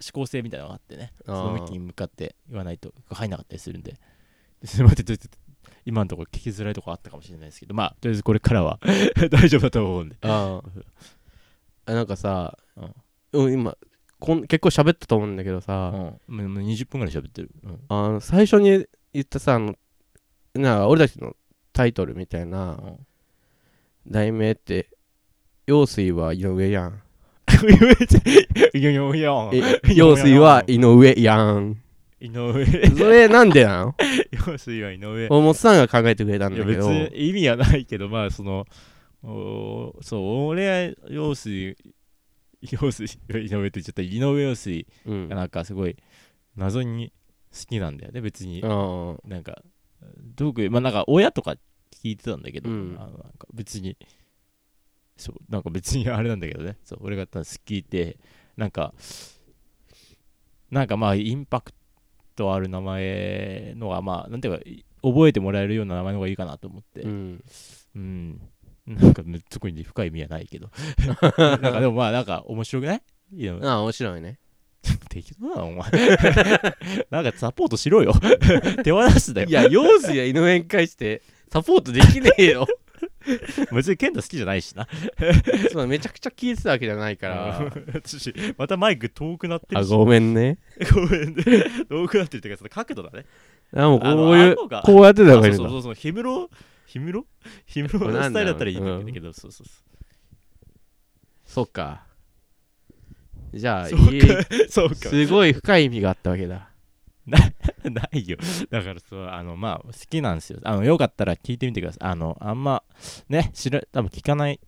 [SPEAKER 1] 指向性みたいなのがあってねそ
[SPEAKER 2] あー
[SPEAKER 1] の向きに向かって言わないと入んなかったりするんでですいませんちょっと今のところ聞きづらいところあったかもしれないですけどまあとりあえずこれからは 大丈夫だと思うんで
[SPEAKER 2] ああなんかさ、
[SPEAKER 1] うん
[SPEAKER 2] うん、今こん結構喋ったと思うんだけど
[SPEAKER 1] う
[SPEAKER 2] さ、
[SPEAKER 1] んもうもう20分ぐらい喋ってる、うん
[SPEAKER 2] あの最初に言ったさあのなんか俺たちのタイトルみたい
[SPEAKER 1] う
[SPEAKER 2] な
[SPEAKER 1] ん
[SPEAKER 2] 題名って「用水は井上やん」
[SPEAKER 1] いやいやいや
[SPEAKER 2] え「用水は井上やん
[SPEAKER 1] 井上」
[SPEAKER 2] それなん でなの
[SPEAKER 1] 用水は井上
[SPEAKER 2] おもつさんが考えてくれたん
[SPEAKER 1] いや
[SPEAKER 2] だけ
[SPEAKER 1] 別
[SPEAKER 2] ど
[SPEAKER 1] に意味はないけどまあそのおそう俺は陽水陽水井上って言っちゃった井上陽水
[SPEAKER 2] うん
[SPEAKER 1] がなんかすごい謎に好きなんだよね別に
[SPEAKER 2] うん
[SPEAKER 1] なんか特にまあなんか親とか聞いてたんだけど、
[SPEAKER 2] うん
[SPEAKER 1] あのなんか別にそうなんか別にあれなんだけどねそう俺がただ聞いてなんかなんかまあインパクトある名前のがまあなんていうかい覚えてもらえるような名前の方がいいかなと思って
[SPEAKER 2] うん
[SPEAKER 1] うん、なんかね特に深い意味はないけど なんかでもまあなんか面白くないいや
[SPEAKER 2] ああ面白いね
[SPEAKER 1] 適当だなお前 なんかサポートしろよ 手放すだよ
[SPEAKER 2] いや用水や井上に関してサポートできねえ よ
[SPEAKER 1] 別に健太好きじゃないしな
[SPEAKER 2] そうめちゃくちゃ聞いてたわけじゃない から
[SPEAKER 1] 私またマイク遠くなって
[SPEAKER 2] あ
[SPEAKER 1] るし
[SPEAKER 2] ごめんね
[SPEAKER 1] ごめんね 遠くなってるっていうかその角度だね
[SPEAKER 2] あもう
[SPEAKER 1] あの
[SPEAKER 2] こういう
[SPEAKER 1] 顎が
[SPEAKER 2] こうやってた
[SPEAKER 1] あ
[SPEAKER 2] 方がいい
[SPEAKER 1] そ
[SPEAKER 2] ん
[SPEAKER 1] う
[SPEAKER 2] だ
[SPEAKER 1] そうそう氷室氷 室氷室
[SPEAKER 2] これ
[SPEAKER 1] の
[SPEAKER 2] なん
[SPEAKER 1] スタ
[SPEAKER 2] だ
[SPEAKER 1] イル
[SPEAKER 2] ろう
[SPEAKER 1] だったらいいんだけど、そうそうそ
[SPEAKER 2] そっかじゃあ
[SPEAKER 1] そうか
[SPEAKER 2] いいう
[SPEAKER 1] そう か
[SPEAKER 2] すごい深い意味があったわけだ
[SPEAKER 1] ないよ。だからそう、あの、まあ、好きなんですよ。あの、よかったら聞いてみてください。あの、あんま、ね、知ら、多分聞かない、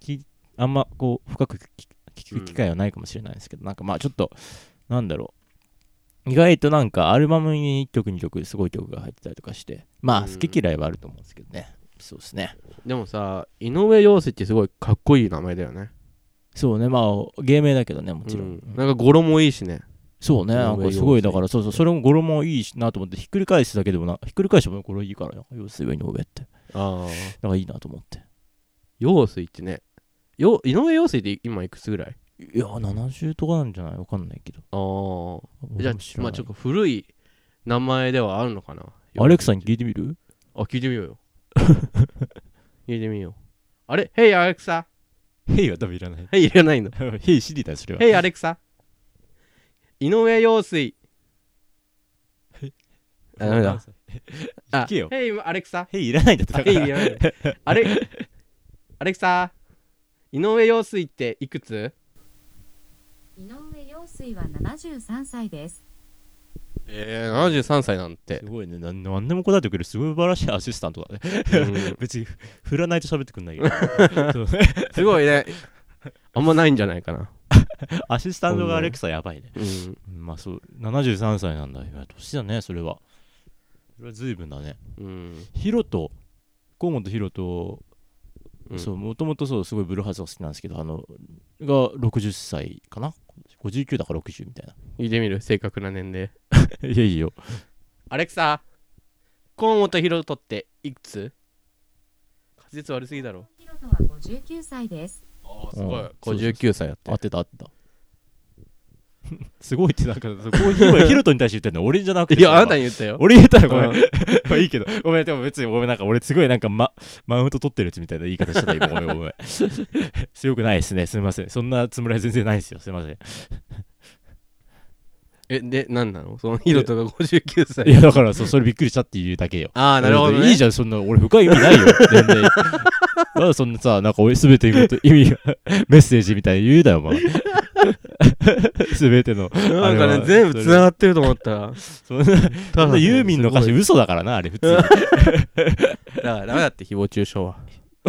[SPEAKER 1] きあんま、こう、深く聞聞
[SPEAKER 2] うん
[SPEAKER 1] く機会はないかもしれないですけど、なんか、まあ、ちょっと、なんだろう。意外となんか、アルバムに1曲、2曲、すごい曲が入ってたりとかして、まあ、
[SPEAKER 2] うん
[SPEAKER 1] 好き嫌いはあると思うんですけどね。そうですね。
[SPEAKER 2] でもさ井上陽水ってすごいかっこいい名前だよね
[SPEAKER 1] そうね、まあ、芸名だけどね、も
[SPEAKER 2] も
[SPEAKER 1] ちろん。
[SPEAKER 2] なんか語呂もいいしね
[SPEAKER 1] そうね、
[SPEAKER 2] 井上
[SPEAKER 1] なんかすごい、
[SPEAKER 2] 陽水
[SPEAKER 1] だから、そうそう、それも語呂もいいしなと思って、ひっくり返すだけでもな、ひっくり返しても語呂いいからな、要するに井上って。
[SPEAKER 2] ああ
[SPEAKER 1] なんかいいなと思って。
[SPEAKER 2] 陽水ってねよ井上陽水って今いくつぐらい
[SPEAKER 1] いや、70とかなんじゃないわかんないけど。
[SPEAKER 2] ああじ
[SPEAKER 1] 俺も知ら
[SPEAKER 2] ゃあま
[SPEAKER 1] な
[SPEAKER 2] あ
[SPEAKER 1] い
[SPEAKER 2] ちょっと古い名前ではあるのかな
[SPEAKER 1] アレクサに聞いてみる
[SPEAKER 2] あ聞いてみようよ 聞いてみようあれ ?Hey アレクサ
[SPEAKER 1] ヘイは多分いらない。
[SPEAKER 2] !Hey いらないの
[SPEAKER 1] ヘイ知りたい、それは。
[SPEAKER 2] !Hey アレクサ井上陽水あダメだ。あ
[SPEAKER 1] 聞けよ
[SPEAKER 2] Hey アレクサ
[SPEAKER 1] ヘイいらないんだって。だから
[SPEAKER 2] いやいやあれ、アレクサ、井上陽水っていくつ
[SPEAKER 3] 井上陽水は73歳です。
[SPEAKER 2] えー、73歳なんて
[SPEAKER 1] す。ごいね。なんなんでも答えてくれる素晴らしいアシスタント だね。別に振らないと喋ってくんないけど。 そうね
[SPEAKER 2] すごいね。あんまないんじゃないかな。
[SPEAKER 1] アシスタントがアレクサやばいね。
[SPEAKER 2] うん。
[SPEAKER 1] まあそう、73歳なんだ。いや年だね、それは。それは随分だね。
[SPEAKER 2] うん。
[SPEAKER 1] ヒロと、河本ヒロと、
[SPEAKER 2] うん
[SPEAKER 1] そうもともとそうすごいブルーハーツが好きなんですけどあのが60歳かな59だから60みたい
[SPEAKER 2] 聞いてみる正確な年齢。
[SPEAKER 1] な いやいいよ
[SPEAKER 2] アレクサ、河本ロトっていくつ滑舌悪すぎだろ。
[SPEAKER 3] ヒロトは59歳です。
[SPEAKER 2] あ
[SPEAKER 1] ーすごい
[SPEAKER 2] 59歳だって
[SPEAKER 1] 合っ。てた合ってたすごいってなんかそこ今ヒロトに対して言ってんの俺じゃなくて
[SPEAKER 2] いや、あなた
[SPEAKER 1] に
[SPEAKER 2] に言ったよ。
[SPEAKER 1] 俺言ったらごめん、まあいいけどごめんでも別にごめんなんか俺すごいなんかママウント取ってるやつみたいな言い方してた今 ごめんごめん強くないですねすみませんそんなつもりは全 然ないですよすみません
[SPEAKER 2] え、で、なんなのそのヒロトが59
[SPEAKER 1] い
[SPEAKER 2] 歳。
[SPEAKER 1] やだからそうそれびっくりしたっていうだけよ
[SPEAKER 2] ああ、なるほど、ね。
[SPEAKER 1] いいじゃん、そんな、俺深い意味ないよ、全然。 なんでそんなさ、なんか俺全てのこと意味、メッセージみたいに言うだよ、お 前。全ての。
[SPEAKER 2] なん
[SPEAKER 1] あ
[SPEAKER 2] か
[SPEAKER 1] れ
[SPEAKER 2] ね、
[SPEAKER 1] は
[SPEAKER 2] 全部繋がってると思ったら。
[SPEAKER 1] そんなそ んなユーミンの歌詞嘘だからな、あれ、普通に。
[SPEAKER 2] だからダメだって誹謗中傷は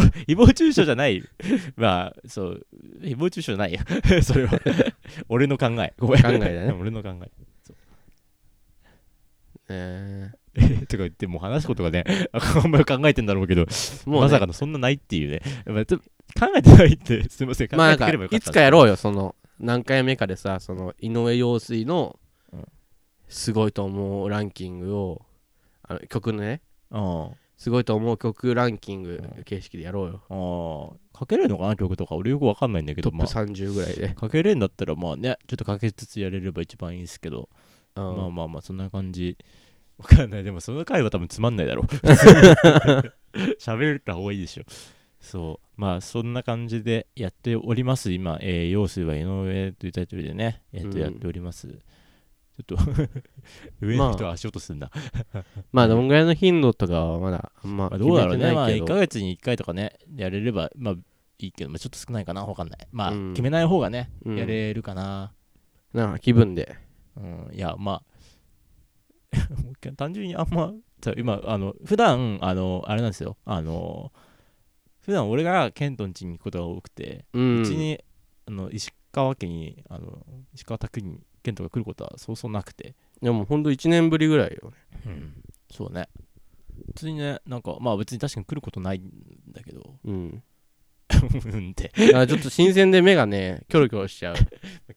[SPEAKER 1] 誹謗中傷じゃない。まあ、そう、誹謗中傷じゃないよ。 そ れは。俺の考え。ごめん。
[SPEAKER 2] 考えだ ね
[SPEAKER 1] 俺の考え。
[SPEAKER 2] え
[SPEAKER 1] とか言って、もう話すことがね、 あんまり考えてんだろうけど、
[SPEAKER 2] もうね
[SPEAKER 1] まさかのそんなないっていうね。まあちょ考えてないって、すみません。考
[SPEAKER 2] まあな
[SPEAKER 1] え
[SPEAKER 2] ん
[SPEAKER 1] て
[SPEAKER 2] か
[SPEAKER 1] くればよかった。
[SPEAKER 2] いつかやろうよその何回目かでさその井上陽水の
[SPEAKER 1] うん
[SPEAKER 2] すごいと思うランキングをあの曲のね
[SPEAKER 1] うん。
[SPEAKER 2] すごいと思う曲ランキング
[SPEAKER 1] うん
[SPEAKER 2] 形式でやろうよ、
[SPEAKER 1] あーかけれるのかな曲とか俺よくわかんないんだけど
[SPEAKER 2] トップ
[SPEAKER 1] まあ
[SPEAKER 2] 30ぐらいで、
[SPEAKER 1] かけれるんだったらまあねちょっとかけつつやれれば一番いいんですけど、
[SPEAKER 2] うん
[SPEAKER 1] まあまあまあそんな感じわかんないでもその回は多分つまんない だろう喋った方がいいでしょそうまあそんな感じでやっております今「えー、陽水は井上」というタイトルでねやってやっております、 ちょっと上の人は足音すんな、
[SPEAKER 2] まあどんぐらいの頻度とかはまだあんま
[SPEAKER 1] まあ、
[SPEAKER 2] 決
[SPEAKER 1] どうだろ
[SPEAKER 2] め
[SPEAKER 1] う
[SPEAKER 2] て
[SPEAKER 1] ね、ま
[SPEAKER 2] な
[SPEAKER 1] あ、
[SPEAKER 2] いけ
[SPEAKER 1] 1
[SPEAKER 2] ど、
[SPEAKER 1] ヶ月に1回とかね、やれれば、まあいいけど、まあ、ちょっと少ないかな、わかんない。まあ、
[SPEAKER 2] うん
[SPEAKER 1] 決めない方がね、
[SPEAKER 2] うん
[SPEAKER 1] やれるかな。
[SPEAKER 2] なんか気分で
[SPEAKER 1] うん、いや、まあ、 もう一回単純にあんま、さ今、あの普段あのあれなんですよ、あの、普段俺がケントん家に行くことが多くて、
[SPEAKER 2] う
[SPEAKER 1] うんちに、あの石川家に、あの石川拓にケントが来ることはそうそうなくて、
[SPEAKER 2] でもほんと1年ぶりぐらいよね
[SPEAKER 1] うん、そうね。普通にね、なんか、まあ別に確かに来ることないんだけど、
[SPEAKER 2] うん
[SPEAKER 1] うんって。
[SPEAKER 2] だからちょっと新鮮で目がねキョロキョロしち ゃう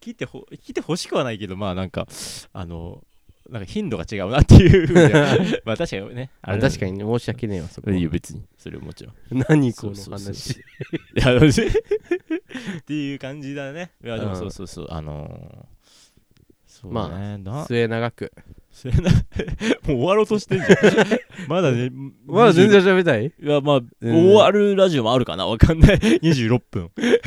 [SPEAKER 1] 聞いてほ聞いてほしくはないけどまあなんかあのなんか頻度が違うなっていうふうには まあ確かにね
[SPEAKER 2] あ確かにね申し訳ねえわそこ
[SPEAKER 1] にいいよ別にそれはもちろんい
[SPEAKER 2] 何この
[SPEAKER 1] そうそうそ
[SPEAKER 2] 話
[SPEAKER 1] や 私っていう感じだねいやで
[SPEAKER 2] う
[SPEAKER 1] も
[SPEAKER 2] ん
[SPEAKER 1] そうそうそうあのー、そう
[SPEAKER 2] まあ
[SPEAKER 1] ね、な
[SPEAKER 2] 末永く
[SPEAKER 1] それな もう終わろうと してんじゃんまだね
[SPEAKER 2] まだ全然喋りたい
[SPEAKER 1] いやまあ、
[SPEAKER 2] 然
[SPEAKER 1] 終わるラジオもあるかなわかんない 26分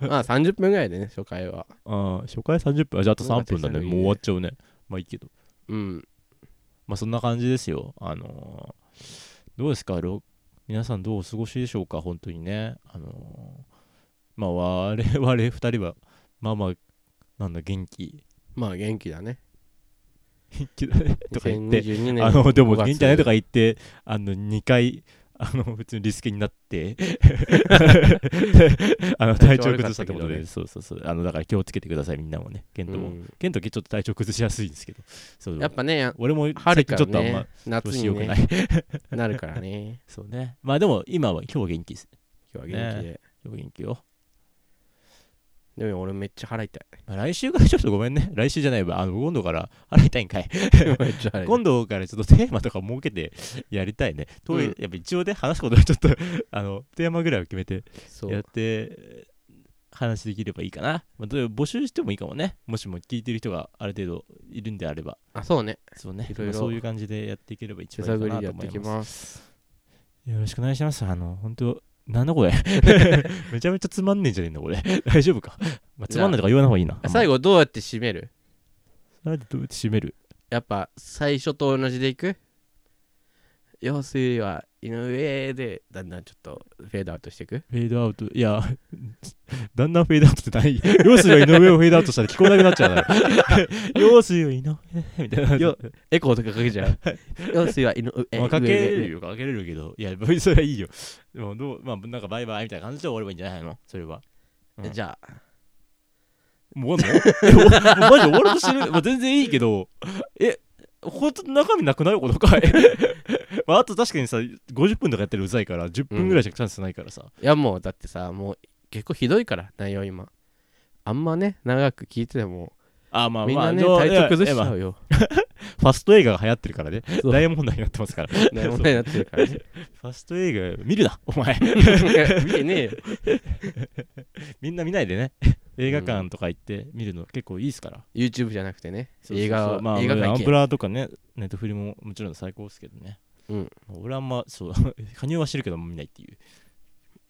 [SPEAKER 2] まあ30分ぐらいでね初回は
[SPEAKER 1] あー初回30分あじゃああと3分だね
[SPEAKER 2] うん
[SPEAKER 1] もう終わっちゃうねまあいいけど
[SPEAKER 2] うん
[SPEAKER 1] まあそんな感じですよ。あのーどうですかろ皆さんどうお過ごしでしょうか本当にね。あのーまあ我 々2人は、まあまあ、なんだ、元気。
[SPEAKER 2] まあ元気だね
[SPEAKER 1] 元気だ ねとか言って、
[SPEAKER 2] 2022年
[SPEAKER 1] あの、でも元気だねと
[SPEAKER 2] か
[SPEAKER 1] か言って、あの、2回、あの、普通にリスケにな って、あの、体調崩したってことで、
[SPEAKER 2] 体調悪かったけどね
[SPEAKER 1] そうそうそう。あの、だから気をつけてください、みんなもね。ケントも。ケントちょっと体調崩しやすいんですけど。そう
[SPEAKER 2] やっぱね
[SPEAKER 1] 俺も
[SPEAKER 2] 春
[SPEAKER 1] 最近
[SPEAKER 2] から
[SPEAKER 1] ちょっとあんま
[SPEAKER 2] ね夏
[SPEAKER 1] 調子
[SPEAKER 2] に
[SPEAKER 1] 良くない
[SPEAKER 2] ね。なるからね
[SPEAKER 1] そうね。まあでも今は今日元気です。
[SPEAKER 2] 今日は元気で
[SPEAKER 1] 今日元気よ。
[SPEAKER 2] でも俺めっちゃ払いた い
[SPEAKER 1] まあ来週からちょっとごめんね。来週じゃないわ。あの今度から払いたいんかい。
[SPEAKER 2] めっちゃ払いたい
[SPEAKER 1] 今度からちょっとテーマとか設けてやりたいね。と
[SPEAKER 2] うん
[SPEAKER 1] やっぱ一応で話すことはちょっと あのテーマぐらいを決めて
[SPEAKER 2] そう
[SPEAKER 1] やって話できればいいかな。まあ、どう募集してもいいかもね。もしも聞いてる人がある程度いるんであれば。
[SPEAKER 2] あそうね
[SPEAKER 1] そうね。
[SPEAKER 2] いろいろ
[SPEAKER 1] まあそういう感じでやっていければ一
[SPEAKER 2] 手
[SPEAKER 1] 番いいか
[SPEAKER 2] 探り
[SPEAKER 1] な
[SPEAKER 2] で
[SPEAKER 1] と
[SPEAKER 2] やっ
[SPEAKER 1] 思
[SPEAKER 2] てい
[SPEAKER 1] い
[SPEAKER 2] き
[SPEAKER 1] ます。
[SPEAKER 2] ます
[SPEAKER 1] よろしくお願いします。あの、本当なんだこれ めちゃめちゃつまんねえんじゃねえのこれ。大丈夫か、まあ、つまんないとか言わない方がいいな。
[SPEAKER 2] あ最後どうやって締める
[SPEAKER 1] なんでどうやって締める
[SPEAKER 2] やっぱ最初と同じでいく要するには井上でだんだんちょっとフェードアウトしていく
[SPEAKER 1] フェードアウト。いや、 だんだんフェードアウトってない。 用水を井上をフェードアウトしたら聞こえなくなっちゃうだ ろ。用水を井上みたいな。
[SPEAKER 2] よエコーとかかけ ちゃう要するには井上
[SPEAKER 1] まあ、かけれるよ、かけれるけど。いや、 別にそれはいいよ。でも、どう、まあ、なんかバイバイみたいな感じで終わればいいんじゃないのそれは。
[SPEAKER 2] 上でじゃあ
[SPEAKER 1] もう終わんの えもうもうマジ終わろうとしてる。まあ、 全然いいけど、え、ほんと中身なくないこの回。 まあ、あと確かにさ、50分とかやってるうざいから、10分ぐらいしかチャンスないからさ。
[SPEAKER 2] いやもうだってさもう結構ひどいから内容今あんまね長く聞いてても
[SPEAKER 1] あまあ
[SPEAKER 2] みん
[SPEAKER 1] まあ、
[SPEAKER 2] なね
[SPEAKER 1] どう
[SPEAKER 2] 体調崩しち
[SPEAKER 1] いや
[SPEAKER 2] ゃ
[SPEAKER 1] まあ
[SPEAKER 2] うよ
[SPEAKER 1] ファスト映画が流行ってるからね。
[SPEAKER 2] そう
[SPEAKER 1] 大問題になってますから。フ
[SPEAKER 2] ね 問題になってるからね
[SPEAKER 1] ァスト映画見るな、 お前。
[SPEAKER 2] 見てねえよ
[SPEAKER 1] みんな見ないでね。映画館とか行って見るの結構いいですから。
[SPEAKER 2] YouTube じゃなくてね
[SPEAKER 1] そうそうそう
[SPEAKER 2] 映画
[SPEAKER 1] まあ、
[SPEAKER 2] 映画
[SPEAKER 1] ア
[SPEAKER 2] 館
[SPEAKER 1] ン
[SPEAKER 2] 行
[SPEAKER 1] プ
[SPEAKER 2] け
[SPEAKER 1] ラとかね、ネットフリももちろん最高ですけどね。
[SPEAKER 2] うん
[SPEAKER 1] 俺はあんま、そう、 加入はしてるけど、見ないっていう。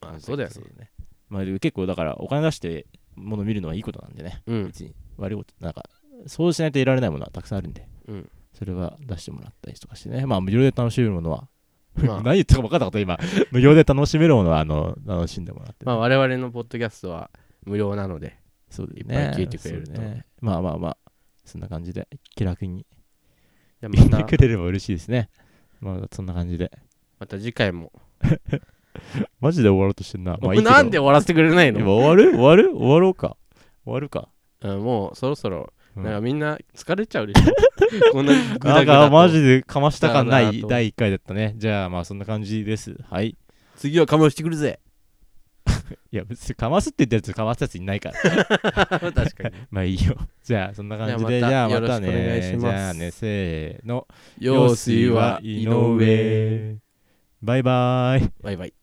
[SPEAKER 2] まあそうだよね
[SPEAKER 1] ね。まあ、でも結構だから、お金出してもの見るのはいいことなんでね。
[SPEAKER 2] うん
[SPEAKER 1] 別に悪いこと、なんか、そうしないと得られないものはたくさんあるんで。
[SPEAKER 2] うん
[SPEAKER 1] それは出してもらったりとかしてね。まあ、無料で楽しめるものは
[SPEAKER 2] ま あ
[SPEAKER 1] 何言ったか分かったこと今無料で楽しめるものはあの楽しんでもらって、
[SPEAKER 2] まあ我々のポッドキャストは無料なので
[SPEAKER 1] そうだよ
[SPEAKER 2] いっぱい聞いてくれる
[SPEAKER 1] そ
[SPEAKER 2] と
[SPEAKER 1] うだねまあまあまあそんな感じで気楽に
[SPEAKER 2] じゃあ
[SPEAKER 1] 見
[SPEAKER 2] ま
[SPEAKER 1] て
[SPEAKER 2] た
[SPEAKER 1] くれれば嬉しいですねまあそんな感じで
[SPEAKER 2] また次回も
[SPEAKER 1] マジで終わろうとしてんな。まあいいけど
[SPEAKER 2] なんで終わらせてくれない
[SPEAKER 1] 今
[SPEAKER 2] の、
[SPEAKER 1] 終わる終わる終わろうか。終わるか。
[SPEAKER 2] うん、もうそろそろ、
[SPEAKER 1] うん
[SPEAKER 2] なんかみんな疲れちゃうでし ょこんなグ
[SPEAKER 1] な
[SPEAKER 2] ダ
[SPEAKER 1] ん
[SPEAKER 2] グダ
[SPEAKER 1] か
[SPEAKER 2] と
[SPEAKER 1] マジでかました感な
[SPEAKER 2] だないと
[SPEAKER 1] 第1回だったね。じゃあまあそんな感じです。はい。
[SPEAKER 2] 次はかましてくるぜ
[SPEAKER 1] いや別にかますって言ったやつかますやついないから。
[SPEAKER 2] 確か に
[SPEAKER 1] まあいいよ。じゃあそんな感じで、
[SPEAKER 2] じ
[SPEAKER 1] じ
[SPEAKER 2] ゃ
[SPEAKER 1] ゃ
[SPEAKER 2] あ
[SPEAKER 1] あ
[SPEAKER 2] また
[SPEAKER 1] またね。
[SPEAKER 2] よろしくお願いします
[SPEAKER 1] じゃあね、せーの。
[SPEAKER 2] 用水は井上。
[SPEAKER 1] バイバーイ。
[SPEAKER 2] バイバイ